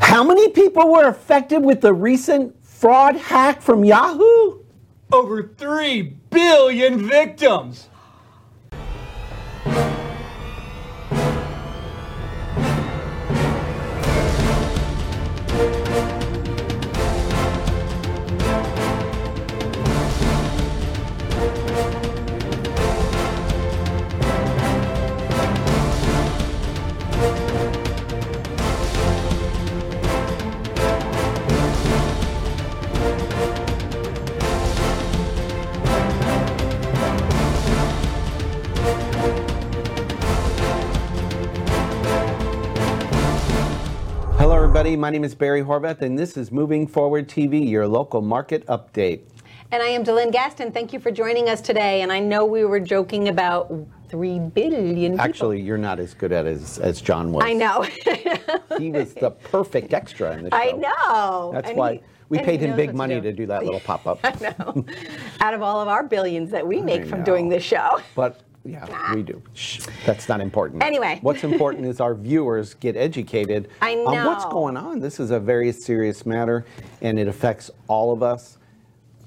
How many people were affected with the recent fraud hack from Yahoo? Over 3 billion victims. Hello, everybody. My name is Barry Horvath, and this is Moving Forward TV, your local market update. And I am Dylan Gaston. Thank you for joining us today. And I know we were joking about 3 billion people. Actually, you're not as good at it as, as John was. I know. He was the perfect extra in the show. I know. That's And why he- we and paid he him knows big what money to do that little pop up. I know. Out of all of our billions that we I make from know. doing this show. But yeah, we do. Shh, that's not important. Ah. Anyway. what's important is our viewers get educated I on what's know. going on. This is a very serious matter, and it affects all of us.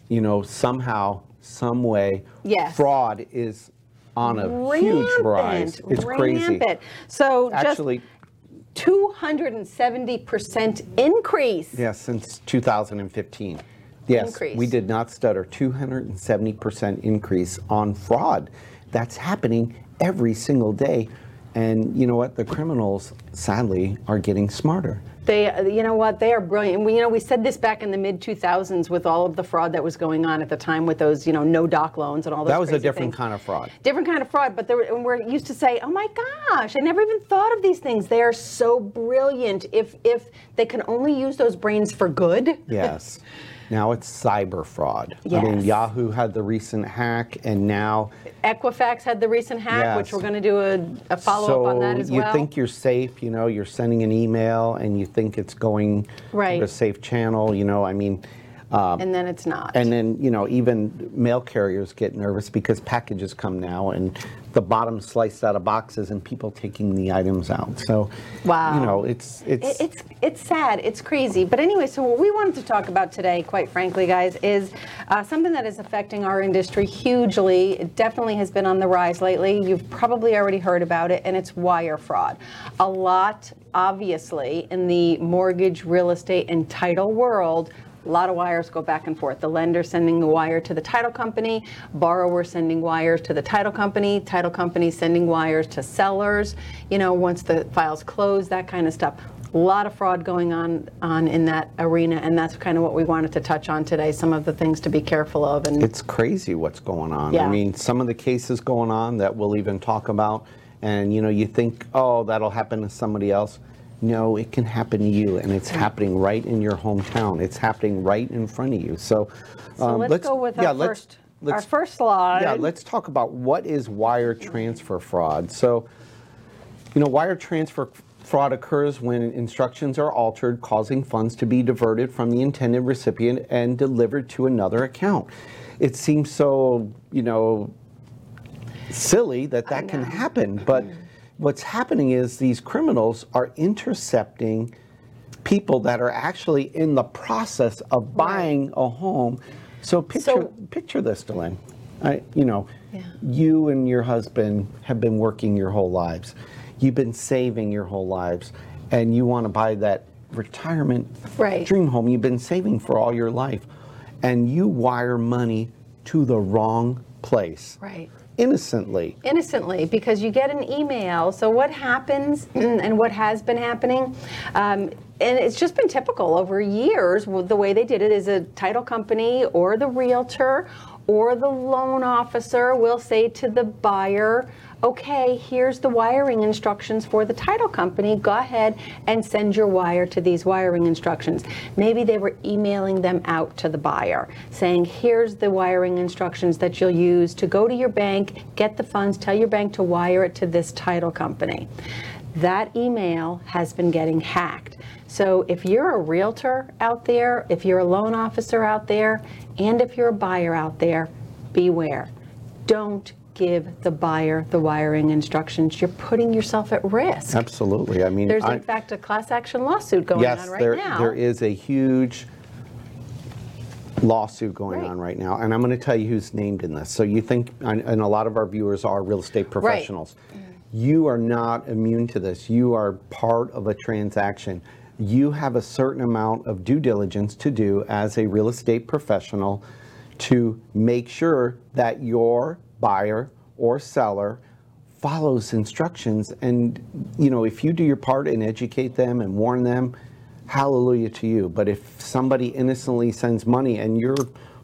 You know, somehow, some way, Yes. fraud is on a huge rise. It's crazy. rampant. So Actually, just 270% increase. yeah, since 2015. Yes, Increase. we did not stutter. 270% increase on fraud. That's happening every single day. And you know what? The criminals, sadly, are getting smarter. They, you know what? They are brilliant. We, you know, we said this back in the mid 2000s with all of the fraud that was going on at the time with those, you know, no doc loans and all those. That was a crazy different things. kind of fraud. Different kind of fraud, but there, and we're used to say, "Oh my gosh, I never even thought of these things. They are so brilliant. If if they can only use those brains for good." Yes. Now it's cyber fraud. I mean, Yes. Yahoo had the recent hack, and now Equifax had the recent hack, Yes. which we're going to do a, a follow up on that as you well. think you're safe, you know, you're sending an email and you think it's going Right. to a safe channel, you know, I mean, um, and then it's not. and then, you know, even mail carriers get nervous because packages come now and the bottom sliced out of boxes and people taking the items out. So, Wow. you know, it's, it's, It- It's it's sad. It's crazy. But anyway, so what we wanted to talk about today, quite frankly, guys, is uh, something that is affecting our industry hugely. It definitely has been on the rise lately. You've probably already heard about it, and it's wire fraud. A lot, obviously, in the mortgage, real estate, and title world. A lot of wires go back and forth. The lender sending the wire to the title company, borrower sending wires to the title company, title company sending wires to sellers, you know, once the files close, that kind of stuff. A lot of fraud going on on in that arena, and that's kind of what we wanted to touch on today. Some of the things to be careful of, and it's crazy what's going on. I Yeah. mean, some of the cases going on that we'll even talk about, and you know, you think, oh, that'll happen to somebody else. No, it can happen to you, and Mm. it's happening right in your hometown. It's happening right in front of you. So, So let's go with our Um, let's- first- our let's- first slide. Yeah, let's talk about what is wire transfer fraud. So, you know, wire transfer fraud occurs when instructions are altered, causing funds to be diverted from the intended recipient and delivered to another account. It seems so, you know, silly that that can happen, but what's happening is these criminals are intercepting people that are actually in the process of buying a home. So picture So- picture this, Delenn. I, you know, Yeah. you and your husband have been working your whole lives. You've been saving your whole lives, and you want to buy that retirement Right. dream home you've been saving for all your life, and you wire money to the wrong place. Right. Innocently. innocently because you get an email. So what happens and what has been happening, um, and it's just been typical over years. well, The way they did it is a title company or the realtor or the loan officer will say to the buyer, "Okay, here's the wiring instructions for the title company. Go ahead and send your wire to these wiring instructions." Maybe they were emailing them out to the buyer, saying, "Here's the wiring instructions that you'll use to go to your bank, get the funds, tell your bank to wire it to this title company. That email has been getting hacked. So if you're a realtor out there, if you're a loan officer out there, and if you're a buyer out there, beware. Don't give the buyer the wiring instructions, you're putting yourself at risk. Absolutely. I mean, There's I- in fact a class action lawsuit going yes, on right there, now. there is a huge lawsuit going Right. on right now, and I'm going to tell you who's named in this. So you think, and, and a lot of our viewers are real estate professionals. You are not immune to this. You are part of a transaction. You have a certain amount of due diligence to do as a real estate professional to make sure that your buyer or seller follows instructions and you know if you do your part and educate them and warn them hallelujah to you but if somebody innocently sends money and you're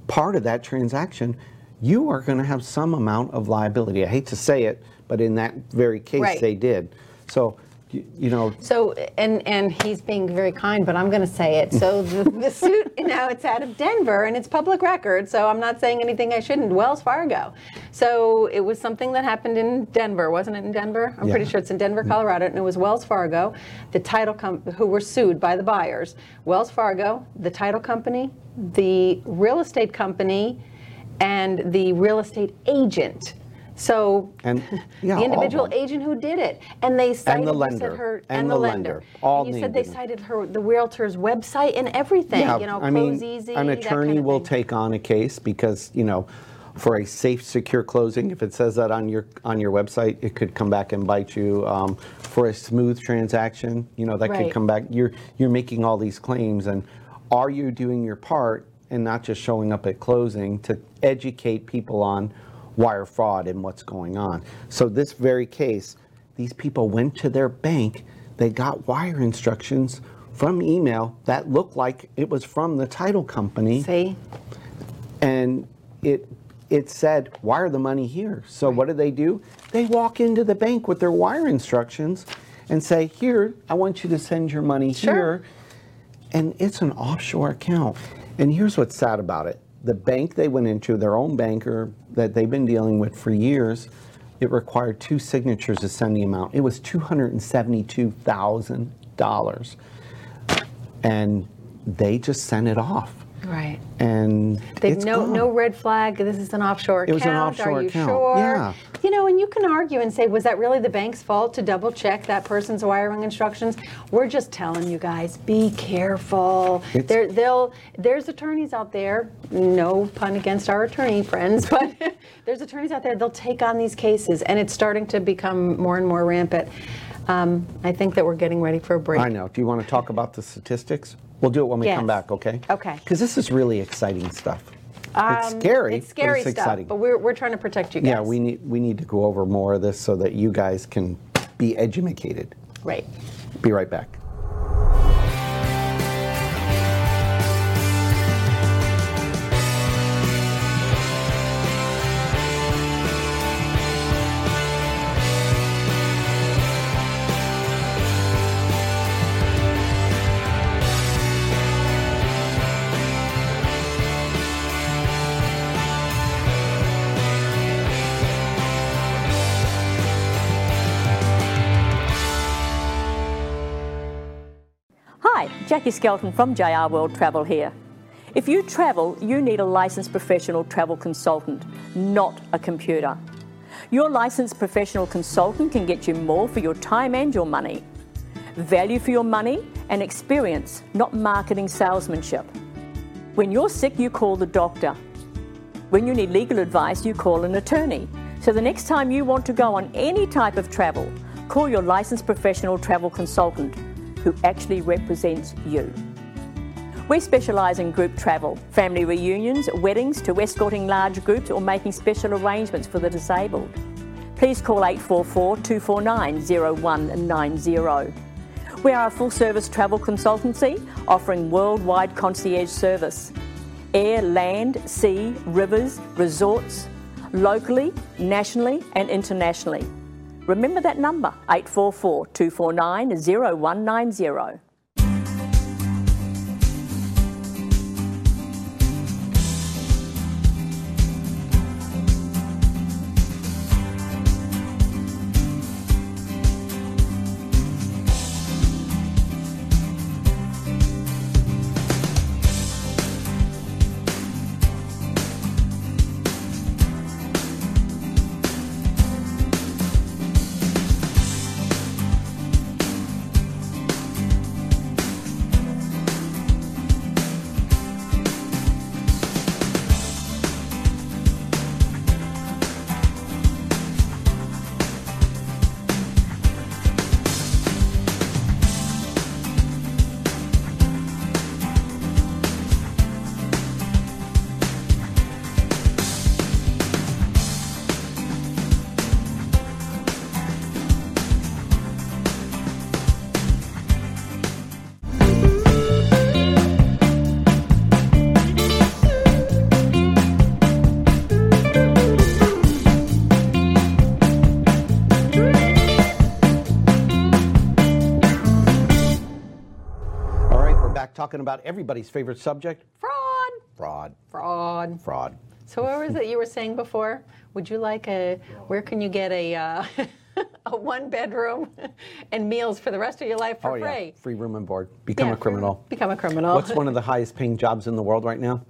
part of that transaction you are going to have some amount of liability i hate to say it but in that very case Right. they did so you, you know So, and, and he's being very kind, but I'm going to say it. So the, the suit, you know, it's out of Denver and it's public record, so I'm not saying anything I shouldn't. Wells Fargo. So it was something that happened in Denver, wasn't it in Denver? I'm pretty Yeah. sure it's in Denver, Colorado, and it was Wells Fargo, the title com- who were sued by the buyers. Wells Fargo, the title company, the real estate company, and the real estate agent. So And- yeah, all the of individual them. agent who did it, and they cited the you lender. said her And the lender. All and you said named in they it. cited her the realtor's website and everything. yeah, you know, I mean, close easy. an that kind attorney of will thing. take on a case because you know, for a safe, secure closing, if it says that on your on your website, it could come back and bite you. Um, for a smooth transaction, you know, that Right. could come back. You're you're making all these claims, and are you doing your part and not just showing up at closing to educate people on wire fraud and what's going on? So this very case, these people went to their bank, they got wire instructions from email that looked like it was from the title company See, and it it said wire the money here. So what do they do? They walk into the bank with their wire instructions and say, "Here, I want you to send your money Sure. here." And it's an offshore account. And here's what's sad about it. The bank they went into, their own banker that they've been dealing with for years, it required two signatures to send the amount. It was $272,000. And they just sent it off. right? And They it's no gone. no red flag. This is an offshore It was an account. offshore Are you account, sure? yeah. You know, and you can argue and say, was that really the bank's fault to double check that person's wiring instructions? We're just telling you guys, be careful. It's- There, they'll, there's attorneys out there. No pun against our attorney friends, but there's attorneys out there. They'll take on these cases, and it's starting to become more and more rampant. Um, I think that we're getting ready for a break. I know. Do you want to talk about the statistics? We'll do it when we come Yes. back, okay? Okay. Um, Because this is really exciting stuff. it's scary. It's scary but it's stuff, exciting. but we're, we're trying to protect you guys. yeah, we need we need to go over more of this so that you guys can be educated. right. Be right back. Hi, Jackie Skelton from JR World Travel here. If you travel, you need a licensed professional travel consultant, not a computer. Your licensed professional consultant can get you more for your time and your money. Value for your money and experience, not marketing salesmanship. When you're sick, you call the doctor. When you need legal advice, you call an attorney. So the next time you want to go on any type of travel, call your licensed professional travel consultant who actually represents you. We specialise in group travel, family reunions, weddings, to escorting large groups or making special arrangements for the disabled. Please call 844 249 0190. We are a full service travel consultancy offering worldwide concierge service air, land, sea, rivers, resorts, locally, nationally, and internationally. Remember that number 844 249 0190. come back talking about everybody's favorite subject Fraud. fraud. Fraud. Fraud. So what was it you were saying before? Would you like a? Where can you get a? Uh, A one bedroom and meals for the rest of your life for oh, yeah. free. Free room and board. Become Yeah, a criminal. Become a criminal. What's one of the highest paying jobs in the world right now?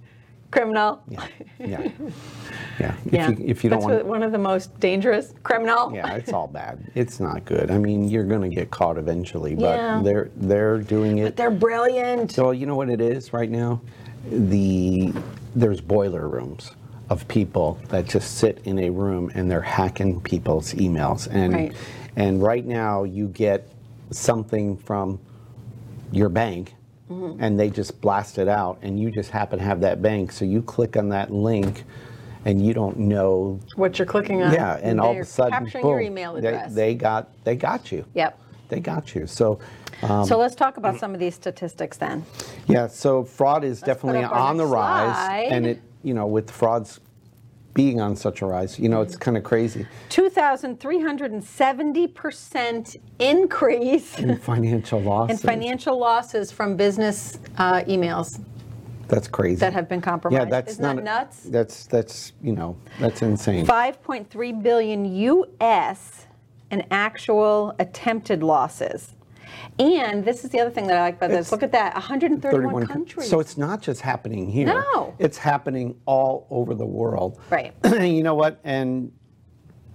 criminal? Yeah. Yeah. Yeah. If, Yeah. You, if you don't That's want what- one of the most dangerous criminal. Yeah, it's all bad. It's not good. I mean, you're going to get caught eventually, but Yeah. they're they're doing it. They're brilliant. Well, you know what it is right now? The there's boiler rooms of people that just sit in a room and they're hacking people's emails. And Right. and right now you get something from your bank Mm-hmm. and they just blast it out and you just happen to have that bank. So you click on that link and you don't know What you're clicking on. yeah, and all of They're a sudden capturing boom, your email they- address. They, got they got you. Yep. They got you. So uh, Um, so let's talk mm. about some of these statistics then. Yeah, so fraud is definitely up our on the next rise, slide. and it you know with frauds being on such a rise, you know it's kind of crazy. 2,370% increase And financial loss. in financial losses from business uh, emails That's crazy. that have been yeah, compromised. that's Isn't that not nuts? That's that's you know that's insane. 5.3 billion US in actual attempted losses. And this is the other thing that I like about this. It's Look at that 131, 31 coun- countries. So it's not just happening here. No. It's happening all over the world. Right. you know what? And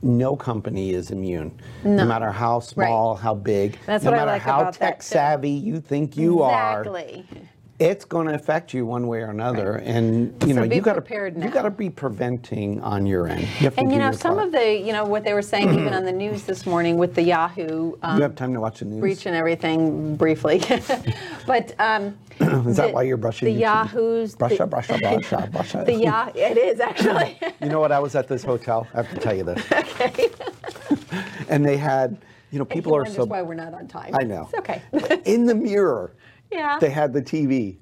no company is immune. No, matter how small, how big, That's no what I matter like how about that, tech too. savvy you think you are. exactly. It's going to affect you one way or another, and you know be you got prepared to you now. got to be preventing on your end. You have to And do you know, your some part. of the, you know, what they were saying even on the news this morning with the Yahoo um, you have time to watch the news. breach and everything briefly. but um, is that the- why you're brushing? the your teeth? Yahoo's- Brush the- up, brush up, brush up, brush up. the Yah, it is actually. You know what? I was at this hotel. I have to tell you this. and they had, you know, people are Wonders so. why we're not on time. I know. It's okay. In the mirror, yeah. they had the TV.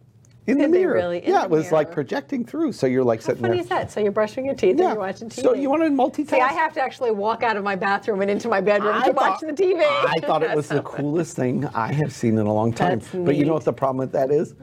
In the Did they mirror. really? In yeah, the it was like mirror. projecting through. So you're like How sitting funny there. is that? So you're brushing your teeth Yeah. and you're watching TV. So you want to multitask? See, I have to actually walk out of my bathroom and into my bedroom I to thought- watch the TV. I thought it was the coolest thing I have seen in a long time. That's But you know neat. what the problem with that is?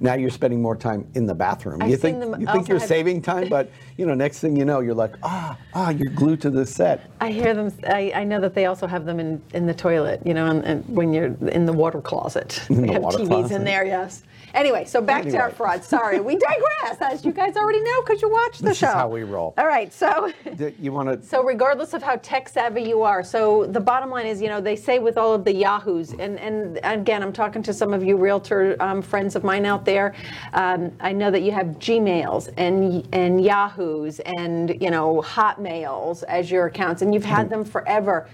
Now you're spending more time in the bathroom. I've you think seen them you think also you're have- saving time, but you know, next thing you know, you're like, ah, ah, you're glued to the set. I hear them. I, I know that they also have them in, in the toilet, you know, and, and when you're in the water closet. In they the have water TVs closet. in there, yes. Anyway, so back to our Anyway. fraud. Sorry, we digress, as you guys already know because you watch the This is show. how we roll. All right, so. That You want to So regardless of how tech savvy you are, so the bottom line is, you know, they say with all of the yahoos, and and again, I'm talking to some of you realtor um, friends of mine out there. Um, I know that you have Gmails and and Yahoos and you know Hotmails as your accounts, and you've had them forever.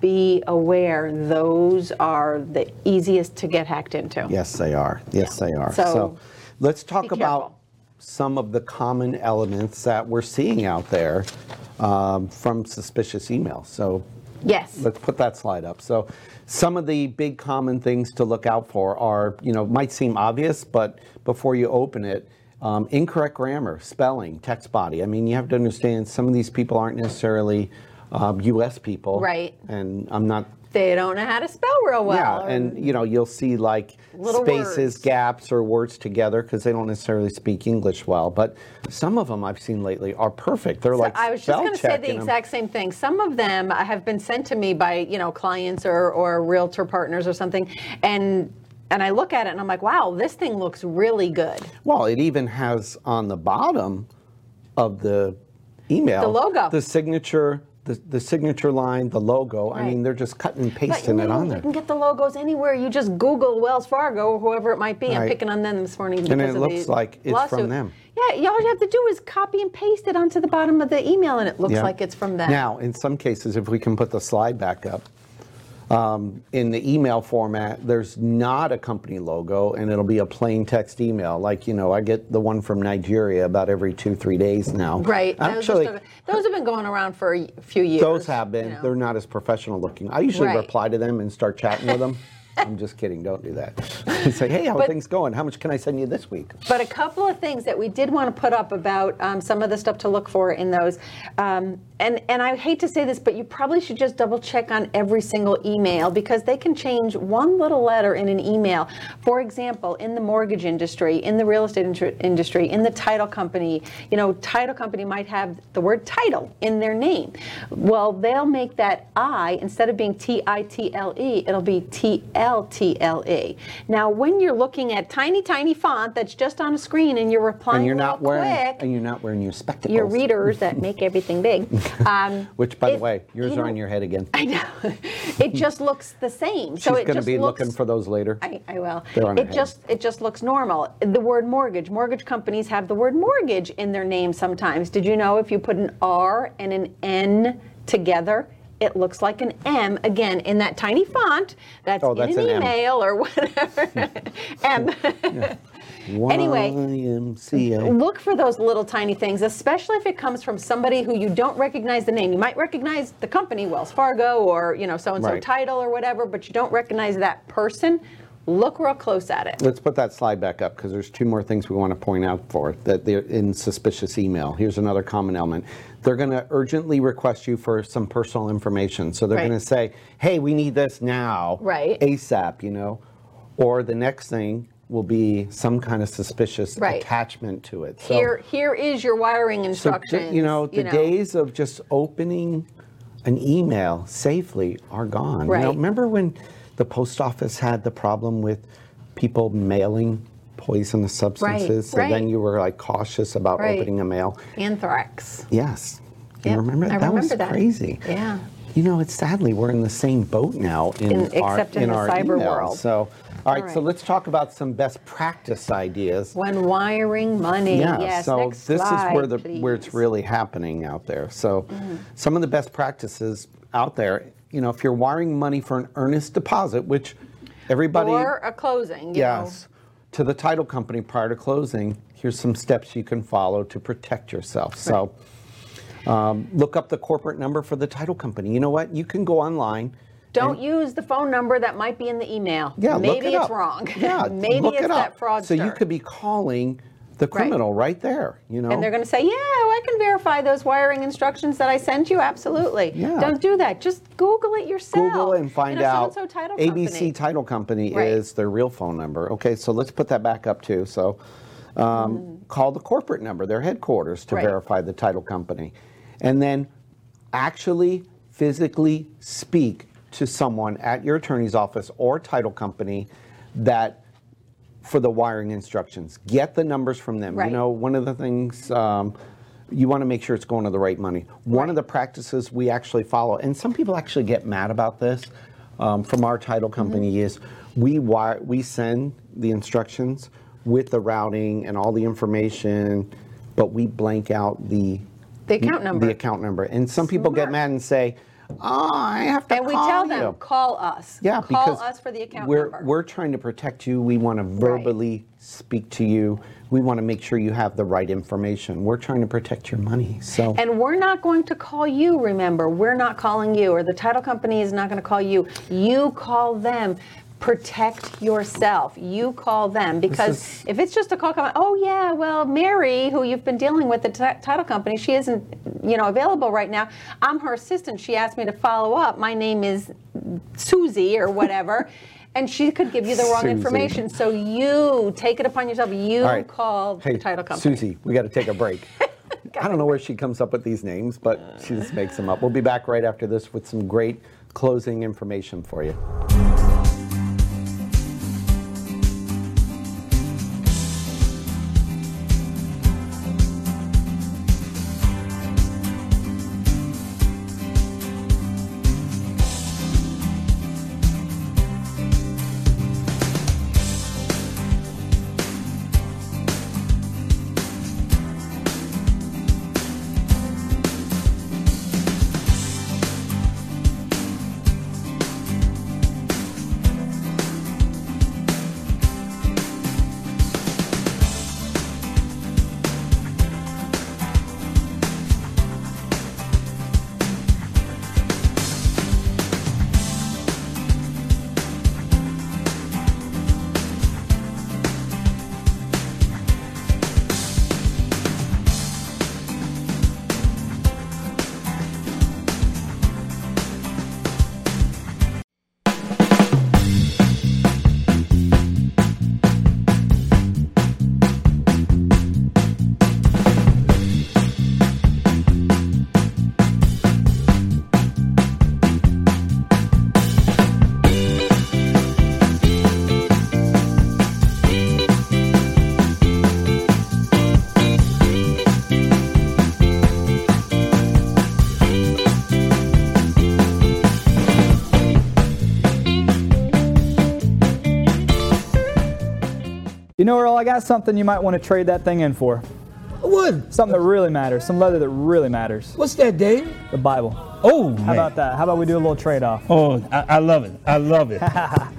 Be aware; those are the easiest to get hacked into. Yes, they are. Yes, they are. So, So, let's talk be about careful. some of the common elements that we're seeing out there um, from suspicious emails. So Yes. let's put that slide up. So some of the big common things to look out for are, you know, might seem obvious, but before you open it, um, incorrect grammar, spelling, text body. I mean, you have to understand some of these people aren't necessarily um, U.S. people. Right. And I'm not they don't know how to spell real well. yeah, or- and you know you'll see like Little spaces, words. gaps, or words together because they don't necessarily speak English well. But some of them I've seen lately are perfect. They're like I was just spell going to say check the and I'm- exact same thing. Some of them have been sent to me by you know clients or or realtor partners or something, and and I look at it and I'm like, wow, this thing looks really good. Well, it even has on the bottom of the email The logo. the signature, the, the signature line, the logo. I Right. mean, they're just cutting and But pasting you, it on there. you can get the logos anywhere. You just Google Wells Fargo or whoever it might be. Right. I'm picking on them this morning because And it of looks the like it's from lawsuit. them. Yeah, all you have to do is copy and paste it onto the bottom of the email, and it looks Yeah. like it's from them. Now, in some cases, if we can put the slide back up, um, in the email format, there's not a company logo and it'll be a plain text email. Like, you know, I get the one from Nigeria about every two, three days now. Right. Those, are Actually, sort of- those have been going around for a few years. those have been, you know. they're not as professional looking. I usually Right. reply to them and start chatting with them. I'm just kidding, don't do that. Say, hey, how are But- things going? How much can I send you this week? But a couple of things that we did want to put up about um, some of the stuff to look for in those. Um, and and I hate to say this, but you probably should just double check on every single email because they can change one little letter in an email. For example, in the mortgage industry, in the real estate indru- industry, in the title company, you know, title company might have the word title in their name. Well, they'll make that I instead of being T I T L E, it'll be T L T L E. Now, when you're looking at tiny, tiny font that's just on a screen and you're replying and you're real not wearing quick, and you're not wearing your spectacles. your readers that make everything big. Um, Which, by the it- way, yours you are know, on your head again. I know. It just looks the same. She's so it going to just be looks, looking for those later. I, I will. They're on her It head. just it just looks normal. The word mortgage. Mortgage companies have the word mortgage in their name sometimes. Did you know if you put an R and an N together, it looks like an M again in that tiny font that's, Oh, that's in an M. an, email or whatever. M. Anyway. YMCA. Look for those little tiny things, especially if it comes from somebody who you don't recognize the name. You might recognize the company, Wells Fargo, or you know, so and so Right. title or whatever, but you don't recognize that person. Look real close at it. Let's put that slide back up because there's two more things we want to point out for it, that they're in suspicious email. Here's another common element. They're going to urgently request you for some personal information. So they're Right. going to say, hey, we need this now. Right. ASAP, you know. Or the next thing will be some kind of suspicious Right. attachment to it. So- Here, here is your wiring So, ju- instructions. you know, the days of just opening an email safely are gone. You know, Right. remember when the post office had the problem with people mailing poisonous substances? so right. then you were like cautious about Right. opening a mail. anthrax. Yes. You Yep, remember I that? was remember that. crazy. Yeah. You know, it's sadly we're in the same boat now in, In- our except in the our cyber email. world. So, all right, So right. let's talk about some best practice ideas. When wiring money. Yeah, yes. so next this slide, Mm-hmm. is where the where please. it's really happening out there. So some of the best practices out there, you know, if you're wiring money for an earnest deposit, which everybody or a closing. you know. yes, to the title company prior to closing, here's some steps you can follow to protect yourself. So um, look up the corporate number for the title company. You know what? You can go online. Don't use the phone number that might be in the email. Yeah, look maybe it it's up. wrong. Yeah, maybe look it's it up. that fraudster. So you could be calling the criminal right, there. You know, And they're going to say, yeah, well, I can verify those wiring instructions that I sent you. Absolutely. Yeah. Don't do that. Just Google it yourself. Google and find you know, out. So-and-so title ABC company. Title Company Right. is their real phone number. Okay, so let's put that back up too. So um, call the corporate number, their headquarters, to Mm-hmm. Right. verify the title company, and then actually physically speak to someone at your attorney's office or title company that for the wiring instructions. Get the numbers from them. Right. You know, one of the things um, you want to make sure it's going to the right money. One of Right. the practices we actually follow, and some people actually get mad about this um, from our title company, Mm-hmm. is we wire, we send the instructions with the routing and all the information, but we blank out the The account number. The account number, and some people get Smart. mad and say, "Oh, I have to and we call tell them, you." call us. Yeah, Call because us for the account we're, number. We're trying to protect you. We want to verbally speak to you. We want to make sure you have the right information. We're trying to protect your money. So and we're not going to call you, remember. We're not calling you, or the title company is not going to call you. You call them. Protect yourself. You call them because is- if it's just a call, coming, oh yeah, well, Mary, who you've been dealing with, the ti- title company, she isn't, you know, available right now. I'm her assistant. She asked me to follow up. My name is Susie or whatever, and she could give you the wrong Susie. information. So you take it upon yourself. You all right. call hey, the title company. Susie, we got to take a break. I don't know where she comes up with these names, but she just makes them up. We'll be back right after this with some great closing information for you. You know, Earl, I got something you might want to trade that thing in for. Wood, Something that really matters. Some leather that really matters. what's that, Dave? The Bible. Oh, man. How about that? How about we do a little trade off? Oh, I, I love it. I love it.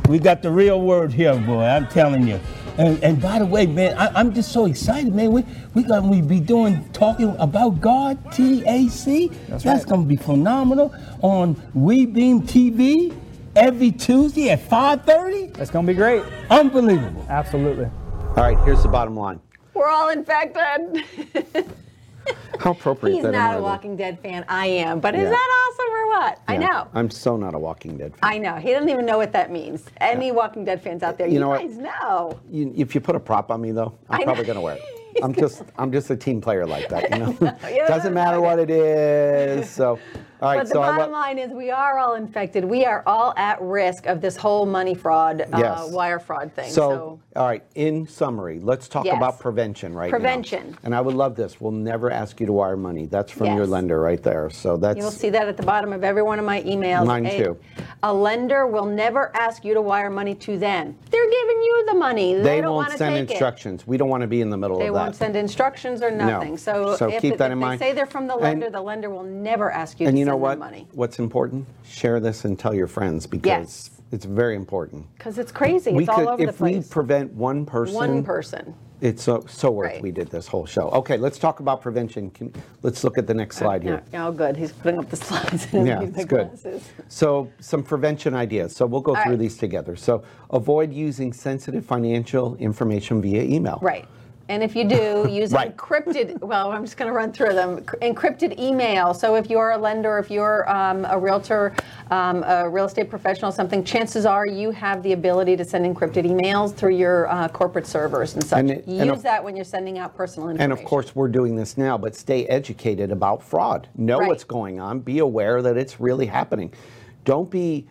we got the real word here, boy. I'm telling you. And, and by the way, man, I, I'm just so excited, man. We we gonna we be doing talking about God, TAC. That's, right. gonna be phenomenal on WeBeam TV every Tuesday at 5:30. That's going to be great. Unbelievable. Absolutely. All right, here's the bottom line. We're all infected. How appropriate He's that not a Immortal- Walking Dead fan. I am. But is Yeah. that awesome or what? I Yeah, know. I'm so not a Walking Dead fan. I know. He doesn't even know what that means. Any Walking Dead fans out there, You you, know what? guys know. You, if you put a prop on me though, I I'm know. probably gonna wear it. I'm just I'm just a team player like that, you know. Yeah, Doesn't matter what it is. So, all right. But the so I bottom lo- line is, we are all infected. We are all at risk of this whole money fraud, uh, Yes. wire fraud thing. So, all right. In summary, let's talk Yes. about prevention right now. Prevention. And I would love this. We'll never ask you to wire money. That's from your Yes. lender right there. So that's You'll see that at the bottom of every one of my emails. Mine a, too. A lender will never ask you to wire money to them. They're giving you the money. They, they, don't won't want to send take It. instructions. We don't want to be in the middle They of that. won't send instructions or nothing. So, So if, keep if that they in mind. say they're from the And- lender, the lender will never ask you and to you know send what? them money. What's important? Share this and tell your friends because it's very important. Because it's crazy. we it's all could, over if the place. we prevent one person, One person. it's so so worth Right. we did this whole show. Okay, let's talk about prevention. Can, let's look at the next slide here. Yeah, oh, good. He's putting up the slides and Yeah, the it's good. glasses. So, some prevention ideas. So, we'll go through right. these together. So, avoid using sensitive financial information via email. Right. And if you do, use Right. encrypted, well, I'm just going to run through them. Encrypted email. So if you're a lender, if you're um, a realtor, um, a real estate professional, something, chances are you have the ability to send encrypted emails through your uh, corporate servers and such. And it- use and of- that when you're sending out personal information. And of course, we're doing this now, but stay educated about fraud. Know Right. what's going on. Be aware that it's really happening. Don't be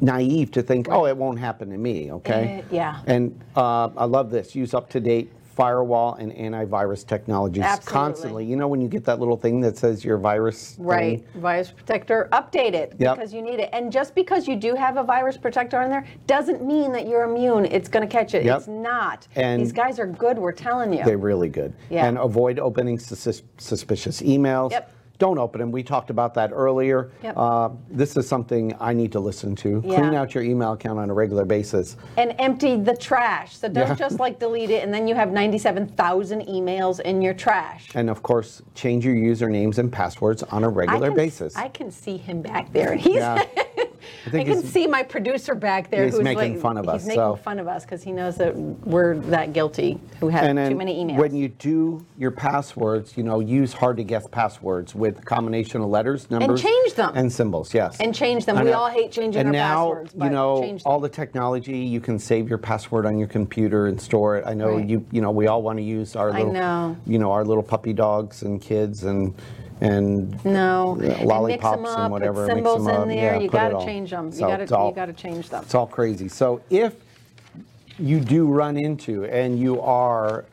naive to think, oh, it won't happen to me, okay? Eh, yeah. And uh, I love this. Use up to date firewall and antivirus technologies Absolutely. constantly. You know, when you get that little thing that says your virus. thing? Right, virus protector, update it Yep. because you need it. And just because you do have a virus protector on there doesn't mean that you're immune. It's going to catch it. Yep. It's not. And- These guys are good, we're telling you. They're really good. Yeah. And avoid opening sus- suspicious emails. Yep. Don't open them. We talked about that earlier. Yep. Uh, this is something I need to listen to. Yeah. Clean out your email account on a regular basis. and empty the trash. So don't Yeah. just like delete it and then you have 97,000 emails in your trash. And of course, change your usernames and passwords on a I regular can- basis. I can see him back there. and He's Yeah. I, think can he's- see my producer back there he's who's making like, fun of us, He's making so- fun of us because he knows that we're that guilty who have and then too many emails. when you do your passwords, you know, use hard to guess passwords with a combination of letters, numbers, change them. and symbols. Yes, And change them. I We know. all hate changing and our now, passwords, you but know, change them. all the technology you can save your password on your computer and store it. I know Right. you, you know, we all want to use our I little, know. you know, our little puppy dogs and kids and and No. Yeah, And lollipops mix and them up, whatever, mix Put symbols them up, in yeah, there. you put it got to all. change them. So you got it's to all- you got to change them. It's all crazy. So if you do run into and you are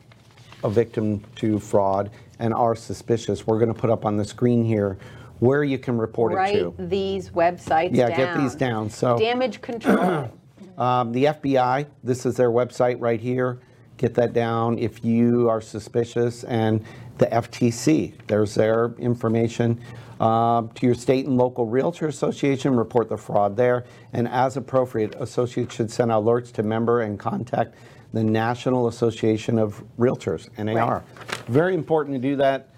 a victim to fraud and are suspicious, we're going to put up on the screen here where you can report it to. Write these websites Yeah, down. get these down. So Damage control. um, the FBI, this is their website right here. Get that down if you are suspicious. And the FTC, there's their information. Um, to your state and local realtor association, report the fraud there. And as appropriate, associates should send alerts to member and contact the National Association of Realtors, NAR. Very important to do that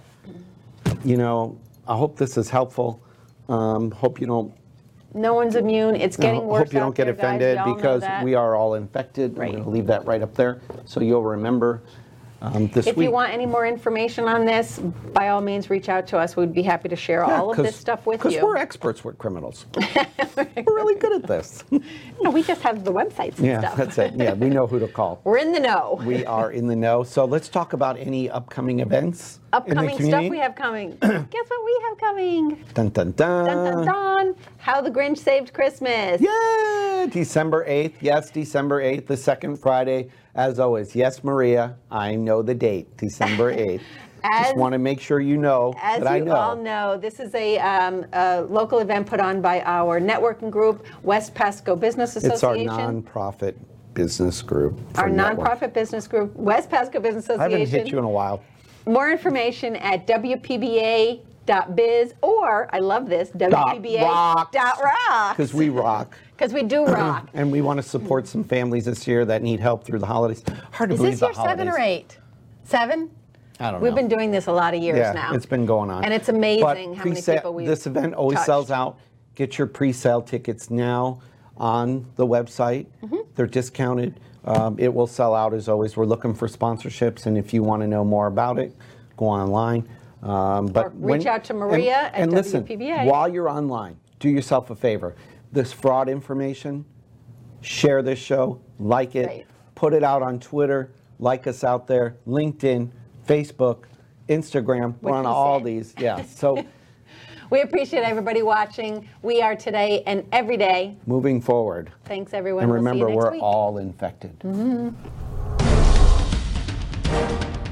you know, I hope this is helpful. Um, hope you don't. No one's immune. It's I getting worse. hope you don't out get there, guys. offended Y'all know because that. we are all infected. Right. I'm going to leave that right up there so you'll remember um, this If week. you want any more information on this, by all means, reach out to us. We'd be happy to share all of this stuff with you. Because we're experts with criminals. we're really good at this. No, we just have the websites and yeah, stuff. that's it. Yeah, we know who to call. We're in the know. we are in the know. So let's talk about any upcoming events. in the Upcoming stuff community. we have coming. Guess what we have coming? Dun, dun, dun. Dun dun dun! How the Grinch Saved Christmas. Uh, Yeah, December 8th. Yes, December 8th, the second Friday. As always, yes, Maria, I know the date, December 8th. As- Just want to make sure you know As that I you know. all know, this is a, um, a local event put on by our networking group, West Pasco Business it's our Association. nonprofit business group. Our for network. nonprofit business group, West Pasco Business I Association. haven't hit you in a while. More information at WPBA.biz or I love this Dot WPBA.rock rocks. dot Because we rock. because we do rock. And we want to support some families this year that need help through the holidays. Hard to Is believe this the year seven or holidays. eight? Seven. I don't We've know. been doing this a lot of years yeah, now. It's been going on. and it's amazing But how many pre-sale- people we've This event always touched. sells out. Get your pre-sale tickets now on the website. Mm-hmm. They're discounted. Um, it will sell out as always. We're looking for sponsorships, and if you want to know more about it, go online. Um, but Or reach out to Maria and, at and listen, WPBA. While you're online, do yourself a favor. This fraud information, share this show, like it, Right. put it out on Twitter, like us out there, LinkedIn, Facebook, Instagram. We're What on he all said. these. Yeah. So we appreciate everybody watching. We are today and every day. moving forward. Thanks everyone. And We'll see you remember, next we're week. all infected.